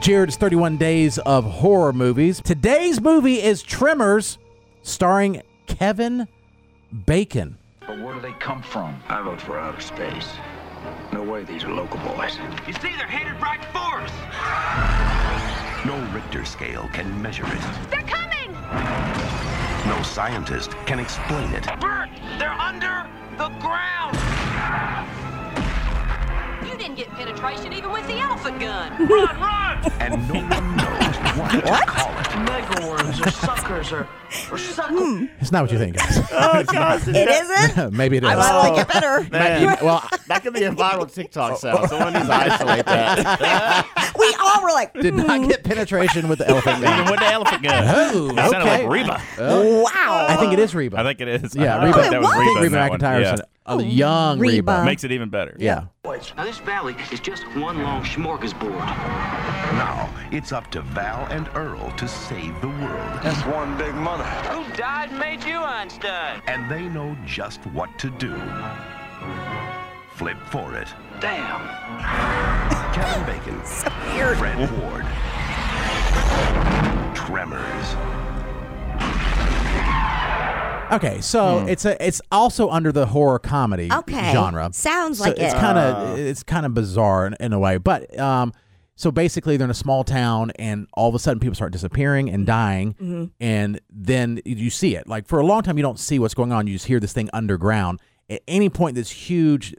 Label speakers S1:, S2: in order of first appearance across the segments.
S1: Jared's 31 Days of Horror Movies. Today's movie is Tremors, starring Kevin Bacon.
S2: But where do they come from?
S3: I vote for outer space. No way these are local boys.
S4: You see, they're headed right for us.
S5: No Richter scale can measure it.
S6: They're coming!
S5: No scientist can explain it.
S4: Bert, they're under the ground.
S6: You didn't get penetration even with the elephant gun.
S4: Run, run!
S5: And no one knows what, to call it.
S4: Megaworms or suckers or, or suckers.
S1: It's not what you think, guys.
S7: Oh, gosh.
S8: It isn't?
S1: Maybe it is.
S8: I might like it better.
S7: Man,
S1: well,
S7: that could be a viral TikTok sound. Someone needs to isolate that.
S8: We all were like,
S1: did not get penetration with the elephant
S7: Even
S1: gun.
S7: with the elephant gun.
S1: Oh,
S9: That sounded
S1: okay.
S9: like Reba.
S8: wow.
S1: I think it is Reba.
S9: I think it is.
S1: yeah,
S9: I
S1: Reba.
S9: thought that was
S8: Oh, it
S1: I think
S9: Reba.
S1: Reba
S9: in that one.
S1: McIntyre
S9: Yeah.
S1: was a young Reba.
S8: Reba.
S9: Makes it even better.
S1: Yeah.
S2: Now, this valley is just one long smorgasbord.
S5: Now, it's up to Val and Earl to save the world.
S3: That's one big mother.
S4: Who died made you Einstein?
S5: And they know just what to do. Flip for it.
S2: Damn.
S5: Kevin Bacon. Fred Ward. Tremors.
S1: Okay, so it's a it's also under the horror comedy
S8: Hmm. Okay.
S1: genre.
S8: Sounds
S1: So
S8: like
S1: it's
S8: it. Oh.
S1: kind of it's kind of bizarre in, in a way, but um, so basically they're in a small town, and all of a sudden people start disappearing and dying,
S8: Mm-hmm.
S1: and then you see it. Like for a long time, you don't see what's going on; you just hear this thing underground. At any point, this huge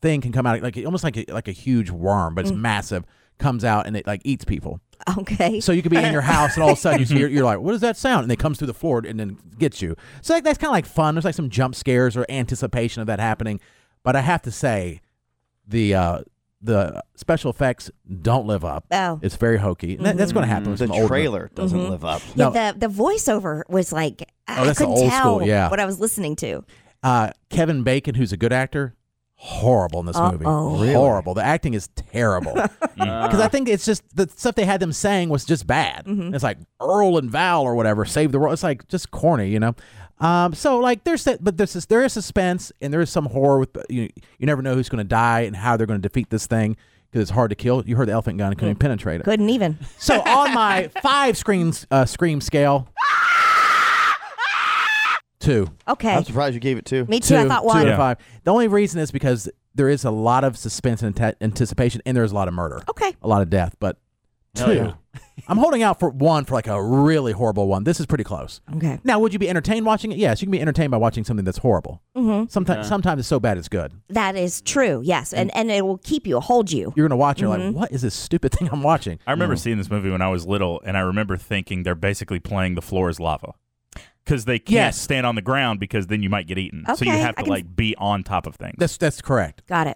S1: thing can come out, like almost like a, like a huge worm, but it's
S8: Mm.
S1: massive. Comes out and it like eats people.
S8: Okay.
S1: Oh. So you could be in your house and all of a sudden you hear, you're like, what is that sound? And it comes through the floor and then gets you. So like, that's kind of like fun. There's like some jump scares or anticipation of that happening. But I have to say, the uh, the special effects don't live up.
S8: Oh.
S1: It's very hokey. And that- that's
S9: Mm-hmm.
S1: going to happen with some older-
S7: The trailer doesn't live up.
S8: yeah,
S1: no.
S8: the, the voiceover was like, I
S1: Oh, that's the
S8: couldn't
S1: old
S8: tell
S1: school, yeah.
S8: what I was listening to.
S1: Uh, Kevin Bacon, who's a good actor, horrible in this movie.
S8: Uh-oh. Really?
S1: Horrible. The acting is terrible. Because I think it's just the stuff they had them saying was just bad.
S8: Mm-hmm.
S1: It's like Earl and Val or whatever save the world. It's like just corny, you know. Um, so like there's that, but there's this, there is suspense and there is some horror with you. You never know who's going to die and how they're going to defeat this thing because it's hard to kill. You heard the elephant gun
S8: Mm.
S1: couldn't penetrate it.
S8: Couldn't even.
S1: So on my five screens uh, scream scale, two.
S8: Okay.
S7: I'm surprised you gave it two.
S8: Me too. I thought one.
S1: Two out
S9: Yeah.
S1: of five. The only reason is because there is a lot of suspense and ante- anticipation, and there's a lot of murder,
S8: Okay.
S1: a lot of death. But
S7: Hell
S1: two,
S7: yeah.
S1: I'm holding out for one for like a really horrible one. This is pretty close.
S8: Okay.
S1: Now, would you be entertained watching it? Yes, you can be entertained by watching something that's horrible. Mm-hmm. Sometimes, sometimes it's so bad it's good.
S8: That is true. Yes. And, and it will keep you, hold you.
S1: You're gonna watch. You're
S8: Mm-hmm.
S1: like, what is this stupid thing I'm watching?
S9: I remember seeing this movie when I was little, and I remember thinking they're basically playing the floor is lava because they can't
S1: Yes.
S9: stand on the ground because then you might get eaten. So you
S8: Okay,
S9: have
S8: I
S9: to
S8: can-
S9: like be on top of things.
S1: That's that's correct.
S8: Got it.